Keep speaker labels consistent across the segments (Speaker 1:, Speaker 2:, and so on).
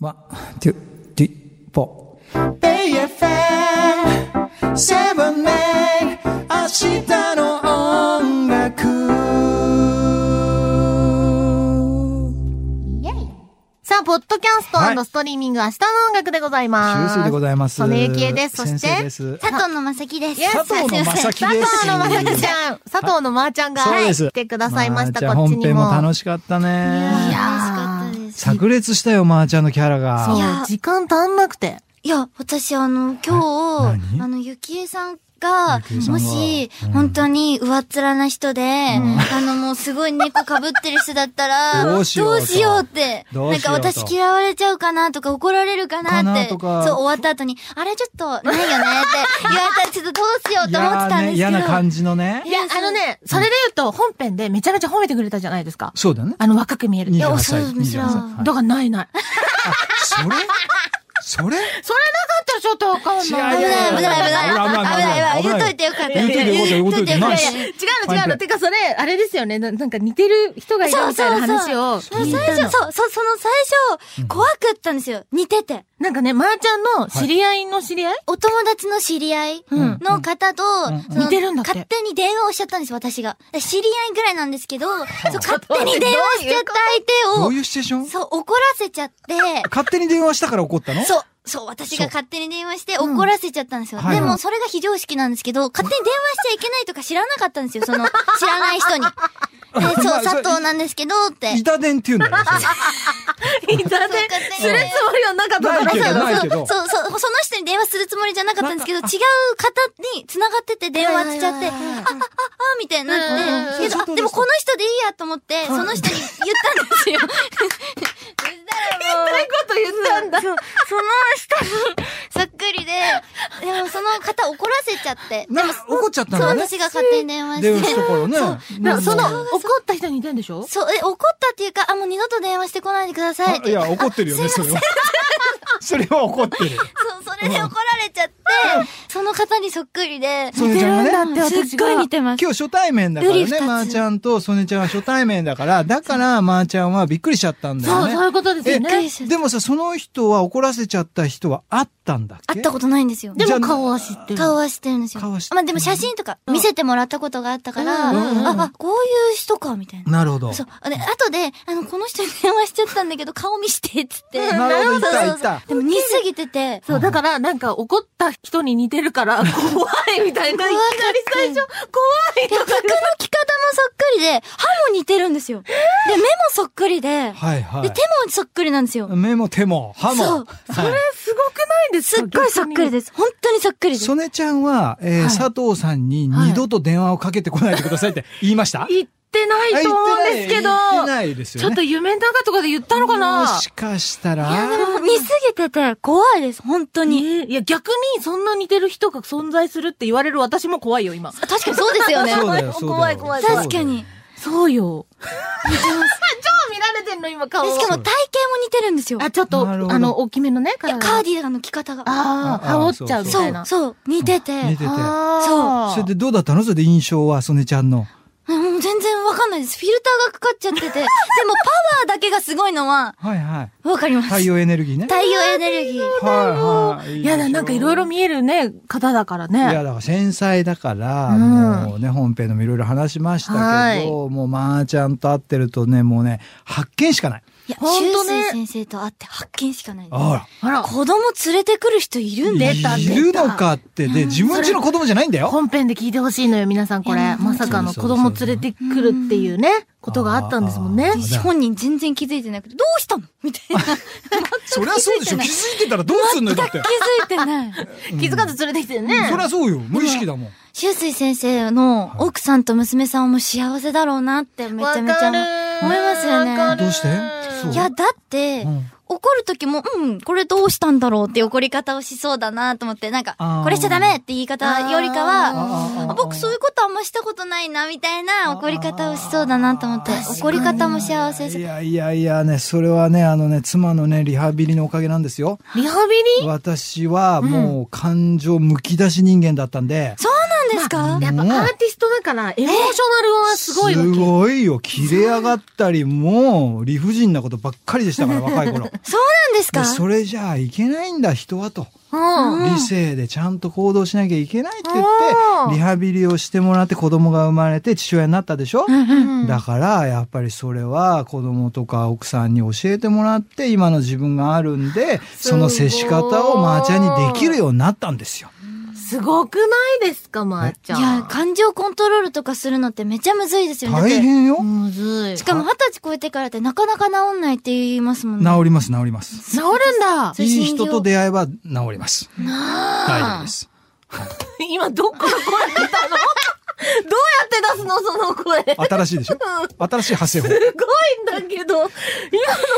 Speaker 1: ワン、ツー、スリー、フォー。
Speaker 2: AFM7 年明日の音楽
Speaker 3: さあ、ポッドキャス
Speaker 1: はい
Speaker 3: トストリーミング、明日の音楽でございます。
Speaker 1: 修正でございます。
Speaker 3: 曽根幸恵です。そし
Speaker 1: 先生
Speaker 3: て
Speaker 1: で、す
Speaker 4: 佐藤のまさきです。
Speaker 3: Yes
Speaker 1: 佐藤のまさきです。
Speaker 3: 佐藤のまさきちゃん、佐藤のまーちゃんが
Speaker 1: そうです
Speaker 3: 来てくださいまし
Speaker 1: まあ
Speaker 3: た、
Speaker 1: じゃあ
Speaker 3: こっち
Speaker 1: 本
Speaker 3: に
Speaker 1: 編も
Speaker 3: も。
Speaker 1: 楽しかった
Speaker 4: い
Speaker 1: ね。
Speaker 4: やー、嬉しかったです。
Speaker 1: 炸裂したよ、まーちゃんのキャラが。
Speaker 3: そう
Speaker 4: いや
Speaker 3: 時間足んなくて。
Speaker 4: いや、私あの、今
Speaker 1: 何
Speaker 4: 日、あの、ゆきえさんが
Speaker 1: ゆきえ、さんが
Speaker 4: もし
Speaker 1: うん、
Speaker 4: 本当に上っ面な人で、あの、もうすごい猫被ってる人だったら、
Speaker 1: どうしようと
Speaker 4: って。
Speaker 1: どう
Speaker 4: なん
Speaker 1: しよ
Speaker 4: か
Speaker 1: うと
Speaker 4: 私嫌われちゃうかなとか怒られるかな
Speaker 1: かな
Speaker 4: って。
Speaker 1: と
Speaker 4: そう、
Speaker 1: か
Speaker 4: 終わった後に、あれちょっと、ない よねって言われたら、ちょっとどうしようと思ってたんですけど。
Speaker 1: 嫌な感じのね
Speaker 3: い。や、あのね、それで言うと、本編でめちゃめちゃ褒めてくれたじゃないですか。
Speaker 1: そうだね。
Speaker 3: あの、若く見えるって。いや
Speaker 1: 28
Speaker 4: や
Speaker 1: 歳。
Speaker 4: そうですよ
Speaker 1: 28歳
Speaker 4: は
Speaker 3: だからないない。
Speaker 1: はいそれそれ
Speaker 3: それなかったらちょっとわかん
Speaker 1: 違う
Speaker 3: ない。
Speaker 4: 危ない危ない危ない
Speaker 1: 危ない危ない危ない
Speaker 4: 危ない危ない言っといてよかった。
Speaker 1: 言っといてよかった
Speaker 4: 言っといてよかっ
Speaker 1: 言っといてよかったナ
Speaker 4: た
Speaker 1: イス
Speaker 3: 違うの違うの。てかそれ、あれですよね。ななんか似てる人がいるみたいな話を
Speaker 4: そう
Speaker 3: 聞いた
Speaker 4: 最
Speaker 3: の
Speaker 4: 初、。そう、そう、その最初、怖かったんですよ。似てて。
Speaker 3: なんかね、まーちゃんの知り合いの知り合い、
Speaker 4: お友達の知り合い
Speaker 3: うん
Speaker 4: の方と、その
Speaker 3: 似てるんだって
Speaker 4: 勝手に電話をしちゃったんです、私が。で知り合いぐらいなんですけど、そう勝手に電話しちゃっ
Speaker 1: ど
Speaker 4: た相
Speaker 1: う
Speaker 4: 手
Speaker 1: いうシチュエーション
Speaker 4: を、そう、怒らせちゃって、
Speaker 1: 勝手に電話したから怒ったの
Speaker 4: そう、そう、私が勝手に電話して怒らせちゃったんですよ。
Speaker 1: はい
Speaker 4: でも、それが非常識なんですけど、勝手に電話しちゃいけないとか知らなかったんですよ、その、知らない人に。えー
Speaker 1: ま
Speaker 4: そ
Speaker 1: あ
Speaker 4: う、
Speaker 1: それ
Speaker 4: 佐藤なんですけど、って。
Speaker 1: 板伝って言うんだよ。それ
Speaker 3: いたね
Speaker 4: そう勝手。に
Speaker 3: するつもりはなかったから
Speaker 1: ないけど
Speaker 3: さ
Speaker 1: ないけど
Speaker 4: そう、そう、その人に電話するつもりじゃなかったんですけど、違う方に繋がってて電話しちゃって、あ、あ、あ、あ、みたいになって、
Speaker 3: うん
Speaker 4: けど、あでもこの人でいいやと思って、その人に言ったんですよ。
Speaker 3: そういうこと言ったんだ。
Speaker 4: そうその人にそっくりで、でもその方怒らせちゃって、
Speaker 1: なんか怒っちゃった
Speaker 4: そ
Speaker 1: ん
Speaker 4: う、
Speaker 1: だね。
Speaker 4: 私が勝手に電話
Speaker 1: 電話し
Speaker 4: し
Speaker 1: てた。からね。
Speaker 3: だからその、怒った人に似てんでしょ
Speaker 4: そう、え、怒ったっていうか、あ、もう二度と電話してこないでくださいっ
Speaker 1: あ
Speaker 4: て。
Speaker 1: いや、怒ってるよね、それは。 それは怒ってる。
Speaker 4: そう、それで怒られちゃって、その方にそっくりで、
Speaker 1: それちゃんがね。
Speaker 3: だって私が
Speaker 4: すっごい似てます。
Speaker 1: 今日初対面だから
Speaker 4: ルリ二
Speaker 1: ね、
Speaker 4: つ
Speaker 1: まーちゃんとソネちゃんは初対面だから、だからまーちゃんはびっくりしちゃったんだ
Speaker 3: そう、そうい
Speaker 1: よね。
Speaker 3: うことですよね。
Speaker 1: え、でもさ、その人は怒らせちゃった人はあったんだっけ
Speaker 4: 会ったことないんですよ。
Speaker 3: で
Speaker 1: じゃあ
Speaker 3: も顔は知ってる。
Speaker 4: 顔は知ってるんですよ。
Speaker 1: 顔は知ってる
Speaker 4: まあでも写真とか見せてもらったことがあったから、
Speaker 3: うんうんうん
Speaker 4: あ、あ、こういう人か、みたいな。
Speaker 1: なるほど。
Speaker 4: そう。で、後で、あの、この人に電話しちゃったんだけど、顔見して、っつって。
Speaker 1: なるほど、いた、
Speaker 4: そう
Speaker 1: い
Speaker 4: そうそう
Speaker 1: た。
Speaker 4: でも似すぎてて、
Speaker 3: そう、だから、なんか怒った人に似てるから、怖いみたいな、いき
Speaker 4: 怖かった
Speaker 3: なり最初、怖いとか。
Speaker 4: 服の着方もそっくりで、歯も似てるんですよ。で、目もそっくりで、
Speaker 1: はいは
Speaker 4: で、手もそっくりなんですよ。
Speaker 1: い。目も手も歯
Speaker 4: そ
Speaker 1: も
Speaker 4: う。
Speaker 1: それ
Speaker 3: すごくないです
Speaker 4: っごいそっくりです。本当にそっくりです。
Speaker 1: ソネちゃんは、えー
Speaker 3: はい
Speaker 1: 佐藤さんに
Speaker 3: はい
Speaker 1: 二度と電話をかけてこないでくださいって言いました、
Speaker 3: 言ってないと思うんですけど、
Speaker 1: 言ってないですよ、
Speaker 3: ち
Speaker 1: ね。
Speaker 3: ょっと夢の中とかで言ったのかな
Speaker 1: もしかしたら、
Speaker 4: でも似すぎてて、怖いです。本当に。
Speaker 3: ねえいや、逆にそんな似てる人が存在するって言われる私も怖いよ、今。
Speaker 4: 確かにそうですよね。
Speaker 1: そうだよ、そうだよ。
Speaker 3: 怖い怖い
Speaker 4: 怖い確かに
Speaker 3: そう よ。超見られてんの、今、顔
Speaker 4: でしかも体型も似てるんですよ。
Speaker 3: あ、ちょっと、
Speaker 1: なるほど
Speaker 3: あの、大きめのね、
Speaker 4: い
Speaker 3: 体が
Speaker 4: やカーディガンの着方が。
Speaker 3: ああ、
Speaker 1: あ
Speaker 3: 羽
Speaker 1: あ
Speaker 3: 織っちゃうみた
Speaker 4: そ
Speaker 3: いな。
Speaker 4: う、そう、似てて。
Speaker 1: 似てて。
Speaker 3: あー
Speaker 1: それでどうだったのそれで印象は、ソネちゃんの。
Speaker 4: うんもう全然わかんないです。フィルターがかかっちゃってて。でもパワーだけがすごいのは、
Speaker 1: はいはい。
Speaker 4: わかります。
Speaker 1: 太陽エネルギーね。
Speaker 4: 太陽エネルギー。
Speaker 1: はいはい。
Speaker 3: いやだ、なんかいろいろ
Speaker 1: い
Speaker 3: 見えるね、方だから
Speaker 1: や、だ
Speaker 3: ね。
Speaker 1: から繊細だから、
Speaker 3: うん
Speaker 1: もうね、本編でもいろいろ話しましたけど、もうまーちゃんと会ってるとね、もうね、発見しかない。
Speaker 4: いや、
Speaker 3: ほんとね
Speaker 4: 修正先生と会って発見しかないです。
Speaker 1: あ
Speaker 3: あら、
Speaker 4: 子供連れてくる人いるん
Speaker 1: ら。
Speaker 4: で。
Speaker 3: 出た
Speaker 1: い
Speaker 3: 出た
Speaker 1: るのかって、で、自分家の子供じゃないんだよ。
Speaker 3: 本編で聞いてほしいのよ、皆さんこ
Speaker 4: い
Speaker 3: れ。
Speaker 4: や
Speaker 3: まさかの子供連れてくるっていうね、ことがあったんですもんね
Speaker 1: あ。ー
Speaker 4: 本人全然気づいてなくて、どうしたのみたいな。
Speaker 1: そりゃそうでしょ。気づいてたらどうすんのよ、だって。
Speaker 4: 気づいてない。
Speaker 3: 気づかず連れてきてるね。
Speaker 1: そりゃそうよ。無意識だもん。
Speaker 4: 修水先生の奥さんと娘さんも幸せだろうなってめちゃめちゃ思う思いますよね。
Speaker 1: どうしてそう
Speaker 4: いや、だって、
Speaker 1: うん
Speaker 4: 怒る時も、うん、これどうしたんだろうって怒り方をしそうだなと思って、なんか
Speaker 1: あー、
Speaker 4: これしちゃダメって言い方よりかは、
Speaker 1: あ
Speaker 4: あ僕そういうことあんましたことないな、みたいな怒り方をしそうだなと思って、怒り方も幸せそ。
Speaker 1: いうやいやいやね、それはね、あのね、妻のね、リハビリのおかげなんですよ。
Speaker 3: リハビリ
Speaker 1: 私はもう感情むき出し人間だったんで、
Speaker 4: そうなんですか
Speaker 3: やっぱアーティストだから、エモーショナルはすごいわけ。
Speaker 1: すごいよ。切れ上がったり、もう理不尽なことばっかりで したから、若い頃。
Speaker 4: そうなんです
Speaker 1: で
Speaker 4: か
Speaker 1: それじゃあいけないんだ、人はと。
Speaker 4: うん。
Speaker 1: 理性でちゃんと行動しなきゃいけないって言っ
Speaker 4: うん
Speaker 1: て、リハビリをしてもらって子供が生まれて父親になったでしょ、
Speaker 4: うん
Speaker 1: だから、やっぱりそれは子供とか奥さんに教えてもらって、今の自分があるん で、その接し方をまーちゃんにできるようになったんですよ。
Speaker 3: すごくないですか、まー、ちゃん。
Speaker 4: いや、感情コントロールとかするのってめちゃむずいですよね。だっ
Speaker 1: 大
Speaker 4: て
Speaker 1: 変よ。
Speaker 3: むずい。
Speaker 4: しかも二十歳超えてからってなかなか治んないって言いますもんね。
Speaker 1: 治ります、治ります。
Speaker 3: 治るんだ
Speaker 4: そう
Speaker 1: いい人と出会えば治ります。大丈夫です。
Speaker 3: 今どこの声出 たのどうやって出すのその声。す
Speaker 1: 新しいでし ょ新しい発声法。
Speaker 3: ごいんだけど、今の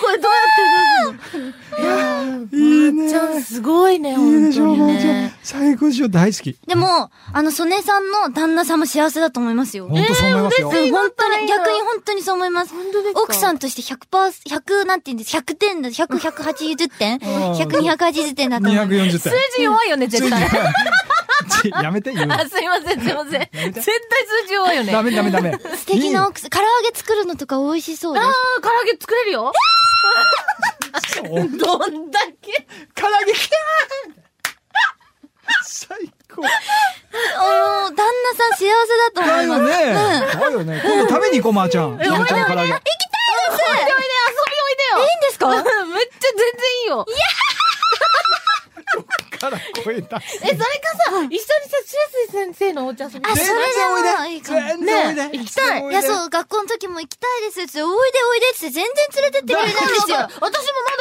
Speaker 3: 声どうやって出すのいや
Speaker 1: いい
Speaker 3: ー、まーちゃん
Speaker 1: ね。
Speaker 3: すごいね、
Speaker 1: いい
Speaker 3: 本
Speaker 1: でし
Speaker 3: 当
Speaker 1: ょ、
Speaker 3: に
Speaker 1: まーちゃん
Speaker 3: ね。。
Speaker 1: 最高でしょ、大好き。
Speaker 4: でも、あの、曽根さんの旦那さんも幸せだと思いますよ。
Speaker 1: 本当そう思いますよ。
Speaker 4: うん本当
Speaker 3: い
Speaker 4: に、
Speaker 3: いな
Speaker 4: 逆に本当にそう思います。
Speaker 3: 本当ですか
Speaker 4: 奥さんとして100パース、100、なんて言うんです、100点だ、100、180点 ?100、280点だと思います。
Speaker 1: 240点
Speaker 3: 数。字弱いよね、絶対。
Speaker 1: ちやめて、言うの
Speaker 3: あ、すいません、すいません。絶対数字弱いよね。
Speaker 1: ダメダメダメ。
Speaker 4: 素敵な
Speaker 1: 奥
Speaker 4: 奥さん、唐揚げ作るのとか美味しそうです。
Speaker 3: あー、唐揚げ作れるよ。
Speaker 1: さん。唐揚げ
Speaker 3: どんだけ。
Speaker 1: キ ャー最高。
Speaker 4: あの、旦那さん幸せだと思
Speaker 1: だ
Speaker 4: い
Speaker 1: よ
Speaker 4: ます。
Speaker 1: ね。だよね。今度食べに行こう、まーちゃん。まーちゃんの唐揚げ。
Speaker 3: おいで、遊びおいでよ。いいんですか めっちゃ全然いいよ。
Speaker 1: から声出す。
Speaker 3: え、それかさ、一緒にさ、白水先生のお茶遊びね
Speaker 4: あそれでもいいかも
Speaker 1: 全然おいで。
Speaker 3: ねえ行きたい
Speaker 4: いや、
Speaker 1: う。
Speaker 4: そう、学校の時も行きたいですって、おいでおいでって全然連れてってくれないんですよ。
Speaker 3: 私もまだ行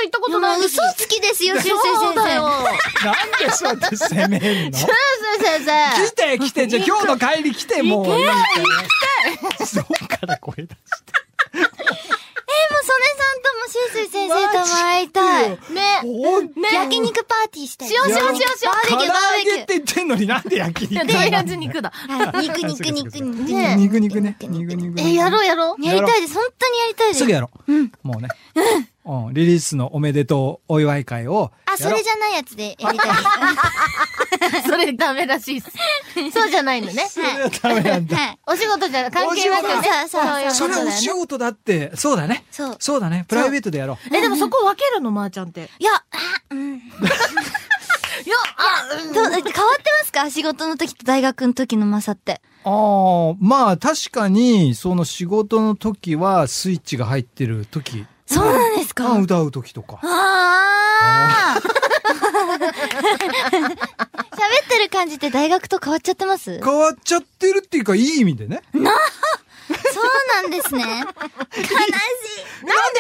Speaker 3: ったことな
Speaker 4: も
Speaker 3: いうのに。
Speaker 4: 嘘つきですよ、修正
Speaker 3: そう
Speaker 4: 先
Speaker 3: だよ
Speaker 4: 生。。
Speaker 1: なんでそうやって責め んの来
Speaker 3: 白水先生。
Speaker 1: て来て、じゃあ今日の帰り来て、もう。行きたい。そうから声出す。
Speaker 4: でも、曽根さんとも、しゅうすい先生とも会いたい
Speaker 1: マ。
Speaker 4: ね。
Speaker 1: ほんと
Speaker 4: 焼肉パーティーしたい。し
Speaker 3: ようしようしようしよう
Speaker 4: バーベキュー、バー
Speaker 1: 唐揚げ
Speaker 4: ベ
Speaker 1: っ
Speaker 4: キ
Speaker 1: て言ってんのになんで焼き
Speaker 3: いや、
Speaker 1: 肉
Speaker 3: とりあえず 肉だ。
Speaker 4: ュー。はい肉肉肉肉肉。
Speaker 1: ね肉肉ね。肉肉肉。
Speaker 4: え、やろうやろう。やりたいです。本当にやりたいです。
Speaker 1: すぐやろう。もうね。うん。リリースのおめでとうお祝い会を。
Speaker 4: あ、それじ
Speaker 1: ゃ。
Speaker 4: ゃないやつでやりたいです。
Speaker 3: それダメらしいっす。 そうじゃないのね。
Speaker 1: それはダメなんだ。
Speaker 4: はい。
Speaker 3: お仕事じゃ関係なくね。
Speaker 4: そうそうそう
Speaker 1: それはお仕事だって、そうだね。
Speaker 4: そう
Speaker 1: そうだね。プライベートでやろう。
Speaker 3: え、でもそこ分けるの、まーちゃんって。い
Speaker 4: いや、あ、うん。
Speaker 3: や、あ、うん
Speaker 4: どう変わってますか仕事の時と大学の時のマサって。
Speaker 1: ああ、まあ確かに、その仕事の時はスイッチが入ってる時。
Speaker 4: そうなんですか
Speaker 1: あ歌う時とか。
Speaker 4: あ あ喋ってる感じって大学と変わっちゃってます
Speaker 1: 変わっちゃってるっていうか、いい意味でね。
Speaker 4: そうなんですね。悲しい。
Speaker 1: なんで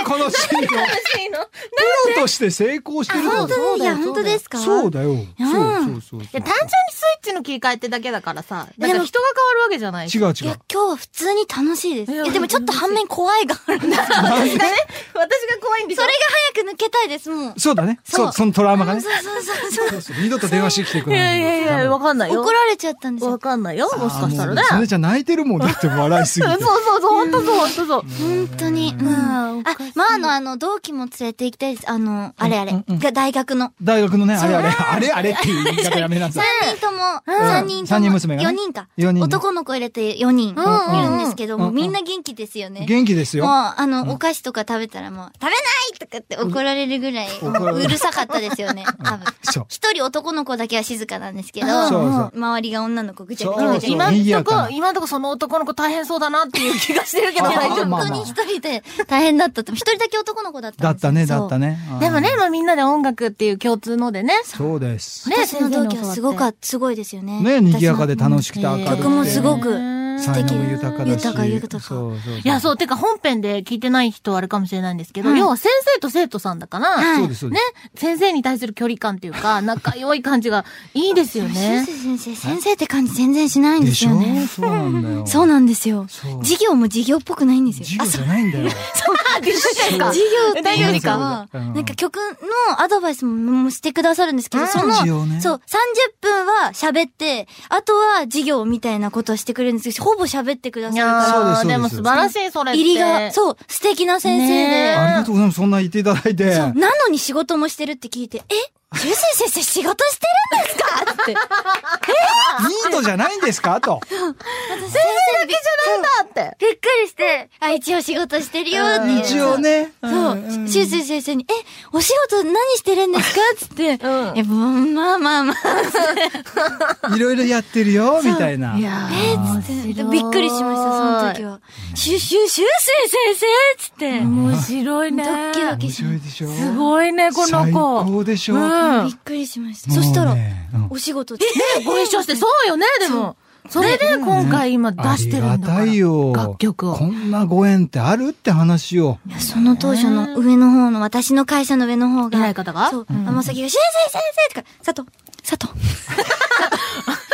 Speaker 1: このシーンを、プ
Speaker 3: しいの
Speaker 1: ロとして成功してるの
Speaker 4: 本当にいや、
Speaker 3: そうだよ
Speaker 4: 本当ですか
Speaker 1: そうだよ。そうそうそう
Speaker 3: い
Speaker 1: そ
Speaker 3: や、
Speaker 1: う。
Speaker 3: 単純にスイッチの切り替えってだけだからさ。だ
Speaker 4: で
Speaker 3: か
Speaker 4: も
Speaker 3: ら人が変わるわけじゃない。
Speaker 1: 違う
Speaker 4: い
Speaker 1: 違
Speaker 4: や
Speaker 1: う。、
Speaker 4: 今日は普通に楽しいです。
Speaker 3: い
Speaker 4: い
Speaker 3: や
Speaker 4: や、でもちょっと反面怖いがあるんです。それが
Speaker 3: 私がね、私が怖いんでしょ。
Speaker 4: 早く抜けたいです、もう。
Speaker 1: そうだね。
Speaker 4: そう
Speaker 1: そう、そのトラウマがね。
Speaker 4: そうそうそうそう。
Speaker 1: そうそう二度と電話してきてく
Speaker 3: い
Speaker 1: れな
Speaker 3: や
Speaker 1: い。
Speaker 3: いやいや、わかんないよ。
Speaker 4: 怒られちゃったんです
Speaker 3: わ
Speaker 4: よ。
Speaker 3: かんないよ、もしかしたらね。
Speaker 1: あーもうすねちゃん泣いてるもんだって笑いすぎ
Speaker 3: そう
Speaker 1: て。
Speaker 3: そうそう、ほんとそう、ほんとそう。
Speaker 4: 本当に。うん。あ、
Speaker 3: あ
Speaker 4: まあ、あの、あの、同期も連れて行きたいです。あの、あれあれ
Speaker 1: うんうん。
Speaker 4: が大学の。
Speaker 1: 大学のね、あれあれ、あれあれっていう言い方やめなさ
Speaker 4: 三
Speaker 1: い。
Speaker 4: 人とも、三人と
Speaker 1: 三
Speaker 4: も、
Speaker 1: 人娘がね
Speaker 4: 4人か。
Speaker 1: 四人ね
Speaker 4: 男の子入れて4人い
Speaker 3: んうん
Speaker 4: るんですけど、
Speaker 1: うんうん
Speaker 4: もうみんな元気ですよね。
Speaker 1: 元気です
Speaker 4: もう、
Speaker 1: よ。
Speaker 4: あの、お菓子とか食べたらもう、食べないとかって怒られるぐらい、
Speaker 1: 怒られる
Speaker 4: うるさかったですよね、多分。
Speaker 1: そう。
Speaker 4: 一人男の子だけは静かなんですけど、
Speaker 3: そう
Speaker 1: そう
Speaker 4: 周りが女の子ぐちゃぐちゃぐちゃぐち
Speaker 3: 今
Speaker 1: 賑
Speaker 3: ん
Speaker 1: や
Speaker 3: とこ
Speaker 1: か、な
Speaker 3: 今んとこその男の子大変そうだなっていう気がしてるけど
Speaker 1: あー
Speaker 3: 大
Speaker 4: ゃ。
Speaker 3: 丈
Speaker 1: まあ
Speaker 3: 夫
Speaker 4: 本
Speaker 1: まあ
Speaker 4: 当に一人で大変だったって、一人だけ男の子だったんです
Speaker 1: だった
Speaker 4: よ。
Speaker 1: ね、
Speaker 4: そう
Speaker 1: だった。ね。あー
Speaker 3: でもね、。まあみんなで音楽っていう共通のでね。
Speaker 1: そうです。
Speaker 3: ね
Speaker 4: 私の同期はすごか
Speaker 3: っ
Speaker 4: すごいですよね。
Speaker 1: ね、賑やかで楽しくて明る
Speaker 3: た
Speaker 1: くて。
Speaker 4: 曲もすごく
Speaker 1: 才能も豊かだし。
Speaker 4: 素敵豊か豊か
Speaker 1: そうそうそう。い
Speaker 3: いや、そう、てか本編で聞いてない人はあれかもしれないんですけど、
Speaker 4: はい
Speaker 3: 要は先生と生徒さんだから、
Speaker 4: はい
Speaker 1: そうです、そうです。
Speaker 3: 先生に対する距離感っていうか、仲良い感じがいいですよね。
Speaker 4: 先生先生、先生って感じ全然しないんで
Speaker 1: ですし
Speaker 4: よ
Speaker 1: ょ
Speaker 4: ね。
Speaker 1: そうなんだよ。
Speaker 4: そうなんですよ。
Speaker 1: そう
Speaker 4: 授業も授業っぽくないんですよ。
Speaker 1: 授業じゃないんだよ。
Speaker 3: あ、で
Speaker 4: 授
Speaker 3: か
Speaker 4: 業っていうよりか
Speaker 1: そうだ
Speaker 4: は、
Speaker 1: そうだうん
Speaker 4: なんか曲のアドバイスももしてくださるんですけど、その、
Speaker 1: 授業ね
Speaker 4: そう、30分は喋って、あとは授業みたいなことをしてくれるんですけど、ほぼ喋ってくだ
Speaker 3: い
Speaker 4: さ
Speaker 3: や
Speaker 4: るか
Speaker 1: そうですそう
Speaker 3: ー
Speaker 1: です
Speaker 3: でも素晴らしい、それ
Speaker 4: ら、
Speaker 3: って。
Speaker 4: 入りが、そう、素敵な先生で、
Speaker 3: ね
Speaker 1: ありがとうございます。そんな言っていただいて。
Speaker 4: そうなのに仕事もしてるって聞いて、え、ジュ先生仕事してるんですかっって。
Speaker 1: ニートじゃないんですかと。
Speaker 4: 先生びっ
Speaker 3: なんだって。
Speaker 4: びっくりして、あ、一応仕事してるよっていう。
Speaker 1: 一応。ね。
Speaker 4: そう
Speaker 1: うんうん、
Speaker 4: しゅうすい先生に、え、お仕事何してるんですかつって、
Speaker 3: うん
Speaker 4: え、まあまあまあ、
Speaker 1: いろいろやってるよ、みたいな。
Speaker 3: や
Speaker 4: えー、つって、びっくりしました、その時
Speaker 3: は。
Speaker 4: は。シュシュシュすい先生つって、
Speaker 3: 面白いね。
Speaker 4: ドッキド
Speaker 1: 面
Speaker 4: キし
Speaker 1: 白
Speaker 4: ま
Speaker 1: い
Speaker 4: し
Speaker 1: でしょ。
Speaker 3: すごいね、この
Speaker 1: 最
Speaker 3: 子。
Speaker 1: 高でしょ。も
Speaker 4: た。
Speaker 3: う
Speaker 4: びっ
Speaker 3: ん。
Speaker 4: くりしました。そしたら
Speaker 1: う、ねうん
Speaker 4: お仕事で。
Speaker 3: ご一緒して、そうよね、でも。それで今回今出してるんだから。
Speaker 1: ありがたいよ。
Speaker 3: 楽曲を。
Speaker 1: こんなご縁ってあるって話を。
Speaker 4: いやその当初の上の方の、私の会社の上の方が、
Speaker 3: 偉い方が
Speaker 4: そう、
Speaker 3: うん
Speaker 4: 天崎が、シュウスイ先生とか、佐藤、佐藤。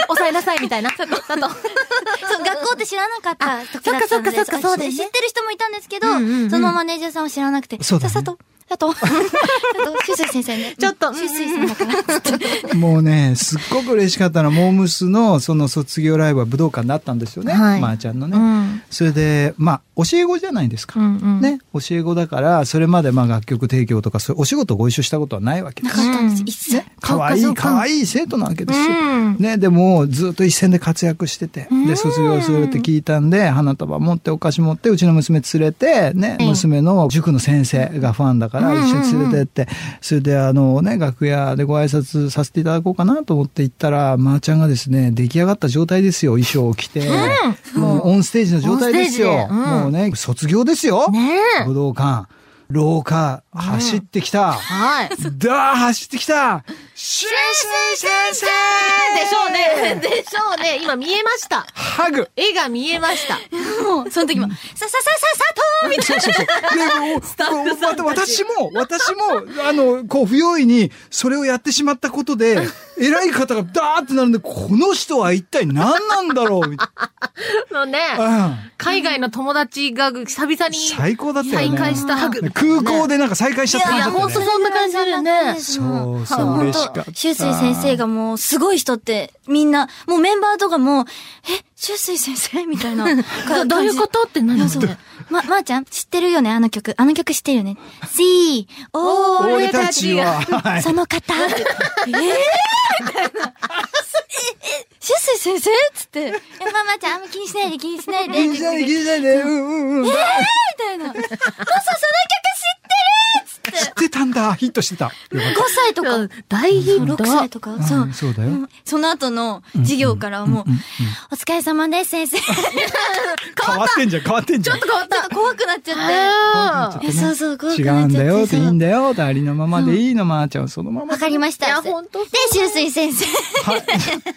Speaker 3: 抑えなさいみ たいな。佐藤。佐藤。
Speaker 4: そう、学校って知らなかった時だったんで。
Speaker 3: そっかそっかそっかそうだよね
Speaker 4: 知ってる人もいたんですけど、
Speaker 3: うんうんうん
Speaker 4: そのマネージャーさんを知らなくて。
Speaker 1: そうだね
Speaker 4: さ佐藤、 佐藤、佐藤、シュウスイ先生ね。
Speaker 3: ちょっと
Speaker 4: シュウスイさんだから。
Speaker 1: もうね、すっごく嬉しかったのは、モームスのその卒業ライブは武道館だったんですよね。
Speaker 3: はい
Speaker 1: まー、ちゃんのね。
Speaker 3: うん
Speaker 1: それで、まあ、教え子じゃないですか。
Speaker 3: うんうん
Speaker 1: ね、教え子だから、それまでまあ楽曲提供とか、そういうお仕事ご一緒したことはないわけで
Speaker 4: な
Speaker 1: す
Speaker 4: かったんですよ、一切。
Speaker 1: かわいい、かわいい生徒なわけですよ。
Speaker 3: うん
Speaker 1: ね、でも、ずっと一線で活躍してて、で、卒業するって聞いたんで、花束持って、お菓子持って、うちの娘連れて、ね、娘の塾の先生がファンだから、一緒に連れてって、それで、あのね、楽屋でご挨拶させていただこうかなと思って行ったら、まーちゃんがですね、出来上がった状態ですよ、衣装を着て。もう、オンステージの状態です
Speaker 3: オンス
Speaker 1: よ。
Speaker 3: テージでうん
Speaker 1: もうね、卒業ですよ。
Speaker 3: ねえ。
Speaker 1: 武道館、廊下、走ってきた。
Speaker 3: はい。でし
Speaker 1: だー走ってきたシュー先生
Speaker 3: ょうね。でしょうね。今見えました。
Speaker 1: ハグ
Speaker 3: 絵が見えました。
Speaker 4: もう、その時も、ささささ 佐藤みたい
Speaker 1: そうそうそう。でも、
Speaker 3: タッフさんた
Speaker 1: わ私
Speaker 3: ち
Speaker 1: も、私も、あの、こう、不用意に、それをやってしまったことで、偉い方がダーってなるんで、この人は一体何なんだろうみたい
Speaker 3: のね。
Speaker 1: な。
Speaker 3: 海外の友達が久々
Speaker 1: うん
Speaker 3: に
Speaker 1: 最高だったよ
Speaker 3: 再
Speaker 1: ね。
Speaker 3: 会したハグ。
Speaker 1: 空港でなんか再会しちゃった
Speaker 3: いや、
Speaker 1: 感
Speaker 3: ほん
Speaker 1: じ
Speaker 3: と
Speaker 1: だったよね。
Speaker 3: そんな感じするよ
Speaker 1: そ
Speaker 3: ね。
Speaker 1: うそう
Speaker 4: な。
Speaker 1: 嬉しかった
Speaker 4: 本当シュウスイ先生がもう、すごい人って、みんな、もうメンバーとかも、え、シュウスイ先生みたいな
Speaker 3: ど
Speaker 4: 感じ。
Speaker 3: どういうことってなる
Speaker 4: そ
Speaker 3: そうれ。
Speaker 4: ま、まー、ちゃん、知ってるよねあの曲。あの曲知ってるよね ?See, おー、
Speaker 1: 俺たちは、はい
Speaker 4: その方って、えぇ、ー、みたいな。え、え、シュスイ先生つって、え、ママちゃん、あんま気にしないで、気にしないで。
Speaker 1: 気にしないで、気にしないで、うんうんうん。
Speaker 4: みたいな。マサ、その曲知ってる
Speaker 1: 知ってたんだ、ヒットしてた。よかっ
Speaker 4: 5歳とか、
Speaker 3: 大ヒント。
Speaker 4: 6歳とか、
Speaker 1: た。
Speaker 4: そううん
Speaker 1: そうだよ。
Speaker 4: その後の授業からはもう、お疲れ様です、先生。ち
Speaker 1: 変わってんじゃん、変わってんじゃん。
Speaker 4: ょっと怖くなっちゃ
Speaker 3: あ
Speaker 4: って。え、そうそう、怖く
Speaker 1: 違
Speaker 4: な
Speaker 1: う
Speaker 4: っ
Speaker 1: ん
Speaker 4: ちゃって。
Speaker 1: だよっていいん
Speaker 4: だ。
Speaker 1: だよってありのままでいいの、まー、ちゃんはそのまま
Speaker 4: わかりました。
Speaker 3: いや
Speaker 4: で
Speaker 3: ほんとそう、
Speaker 4: シュウスイ先生。
Speaker 1: はい。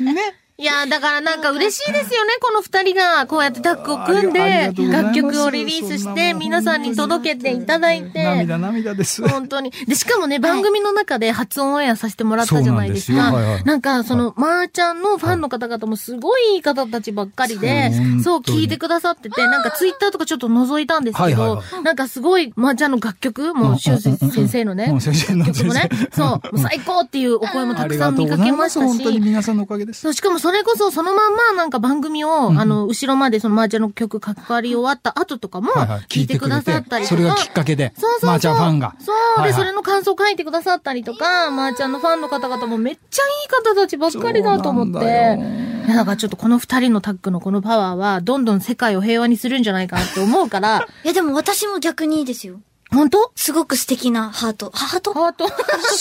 Speaker 1: ね。
Speaker 3: ーいや、だからなんか嬉しいですよね、この二人が、こうやってタッグを組ん
Speaker 1: あり
Speaker 3: で
Speaker 1: がとう、ございま
Speaker 3: 楽
Speaker 1: す
Speaker 3: 曲をリリース
Speaker 1: そ
Speaker 3: し
Speaker 1: んな
Speaker 3: て、
Speaker 1: もん
Speaker 3: 皆さんに届けていただいて、
Speaker 1: 涙涙です。
Speaker 3: 本当に。で、しかもね、番組の中で初オンエアさせてもらったじゃないです
Speaker 1: そうなんですよはいは
Speaker 3: か
Speaker 1: い。
Speaker 3: なんか、その、まーちゃんのファンの方々もすごいいい方たちばっかり
Speaker 1: そうで
Speaker 3: で
Speaker 1: す、か
Speaker 3: そう
Speaker 1: 本当に
Speaker 3: 聞いてくださってて、なんかツイッターとかちょっと覗いたんです
Speaker 1: はい
Speaker 3: け
Speaker 1: はい
Speaker 3: ど
Speaker 1: は、
Speaker 3: なんかすごい、まーちゃんの楽曲、
Speaker 1: う
Speaker 3: も
Speaker 1: ん
Speaker 3: う、しゅう先生の
Speaker 1: う
Speaker 3: ね
Speaker 1: ん、先生の
Speaker 3: 曲もね
Speaker 1: 先生、
Speaker 3: そう、もう最高っていうお声もた
Speaker 1: あ
Speaker 3: く
Speaker 1: り
Speaker 3: さ
Speaker 1: が
Speaker 3: ん
Speaker 1: とう
Speaker 3: 見
Speaker 1: ご
Speaker 3: か
Speaker 1: ざい
Speaker 3: け
Speaker 1: ま。
Speaker 3: ますした
Speaker 1: 本
Speaker 3: し
Speaker 1: 当、に皆さんのおかげです
Speaker 3: そ。う、しかもそれこそそのまんまなんか番組を、あの、後ろまでそのマーちゃんの曲書き換わり終わった後とかも、聞いてくださったりと
Speaker 1: そ
Speaker 3: か。
Speaker 1: れがきっかけで、
Speaker 3: そうそうそう。
Speaker 1: まー、ちゃんファンが。
Speaker 3: そう。で、
Speaker 1: はいはい
Speaker 3: そ れの感想書いてくださったりとか、まー、ちゃんのファンの方々もめっちゃいい方たちばっかりだと思って。
Speaker 1: そうなん
Speaker 3: いや、だからちょっとこの二人のタッグのこのパワーは、どんどん世界を平和にするんじゃないかなって思うから、
Speaker 4: いや、でも私も逆にいいですよ。
Speaker 3: 本当
Speaker 4: すごく素敵なハート。ハート
Speaker 3: ハート。
Speaker 1: す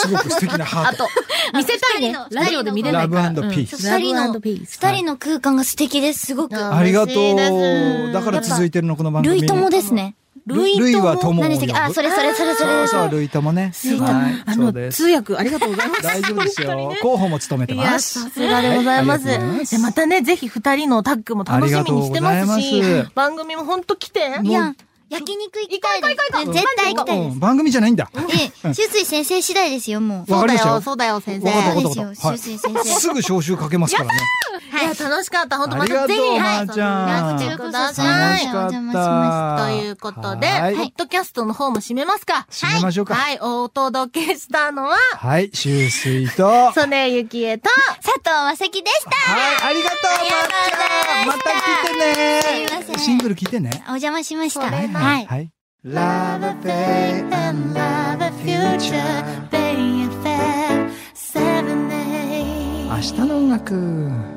Speaker 1: ごく素敵なハ
Speaker 3: あ
Speaker 1: ート。
Speaker 3: と、見せたいね
Speaker 4: あの。二人の
Speaker 3: ラジオで見れないから。
Speaker 1: ラブピース
Speaker 3: ラ
Speaker 4: 二人の、
Speaker 3: ブピ
Speaker 4: 二
Speaker 3: ース。はい
Speaker 4: 人の空間が素敵です、すごく。
Speaker 3: あ
Speaker 1: ありがと
Speaker 3: 嬉しいで
Speaker 1: う。
Speaker 3: す
Speaker 1: だから続いてるの、この番
Speaker 4: ル
Speaker 1: 組。
Speaker 4: イ友ですね。
Speaker 1: ルイ。ルイは友を呼ぶ。
Speaker 4: 何でしたっけあ、それそれそれそ
Speaker 1: そ
Speaker 4: れ
Speaker 1: う。そう、ルイ友ね。はい
Speaker 3: あ
Speaker 1: そう
Speaker 3: の、
Speaker 1: です
Speaker 3: 通。訳ありがとうございます。
Speaker 1: 大丈夫ですよ。候補も務めて
Speaker 3: い
Speaker 1: ま
Speaker 3: や、
Speaker 1: す。
Speaker 3: さすがでございます。
Speaker 1: はいありがとうございます
Speaker 3: で、またね、ぜひ二人のタッグも楽しみにしてます
Speaker 1: ありが
Speaker 3: し、
Speaker 1: とうございます
Speaker 3: 番組もほんと来て。
Speaker 4: いや、焼肉行きたいです。
Speaker 3: 行こう行こう行こう
Speaker 4: 絶対行きたいで
Speaker 1: うん番組じゃないんだ。
Speaker 4: す。ええ、シュウスイ先生次第ですよ、もう。
Speaker 1: わかりましたよ
Speaker 3: そうだよ、そうだよ、先
Speaker 1: わかっ
Speaker 3: 生。
Speaker 1: た
Speaker 4: そ
Speaker 1: わか
Speaker 4: うで
Speaker 1: っ
Speaker 4: すよ
Speaker 1: たわかった。
Speaker 4: シュウスイ先生
Speaker 1: すぐ招集かけますからね。
Speaker 3: いや、楽しかった。ほんと、
Speaker 1: あ
Speaker 3: ま
Speaker 1: りがと
Speaker 3: た
Speaker 1: う
Speaker 3: ぜひ、
Speaker 1: まーちゃん
Speaker 3: はい遊びに来てくださ
Speaker 1: 楽
Speaker 3: い
Speaker 1: しかっ。
Speaker 4: お邪魔した
Speaker 3: ということで、
Speaker 1: はい
Speaker 3: ポッドキャストの方も締めますか。
Speaker 1: 締めましょうか
Speaker 3: はい、はいお届けしたのは、
Speaker 1: はい、周水と。はい、
Speaker 3: ソネユキエと、
Speaker 4: 佐藤まさきでした
Speaker 1: ありがとう、まーちゃんまた
Speaker 4: すい
Speaker 1: 来
Speaker 4: ま
Speaker 1: て
Speaker 4: せん
Speaker 1: ねシングル聞いてね。
Speaker 4: お邪魔しました。
Speaker 3: それな
Speaker 4: はい。
Speaker 1: はい。
Speaker 2: Love a faith and love a future, Bay FM 7 8
Speaker 1: 明日の音楽。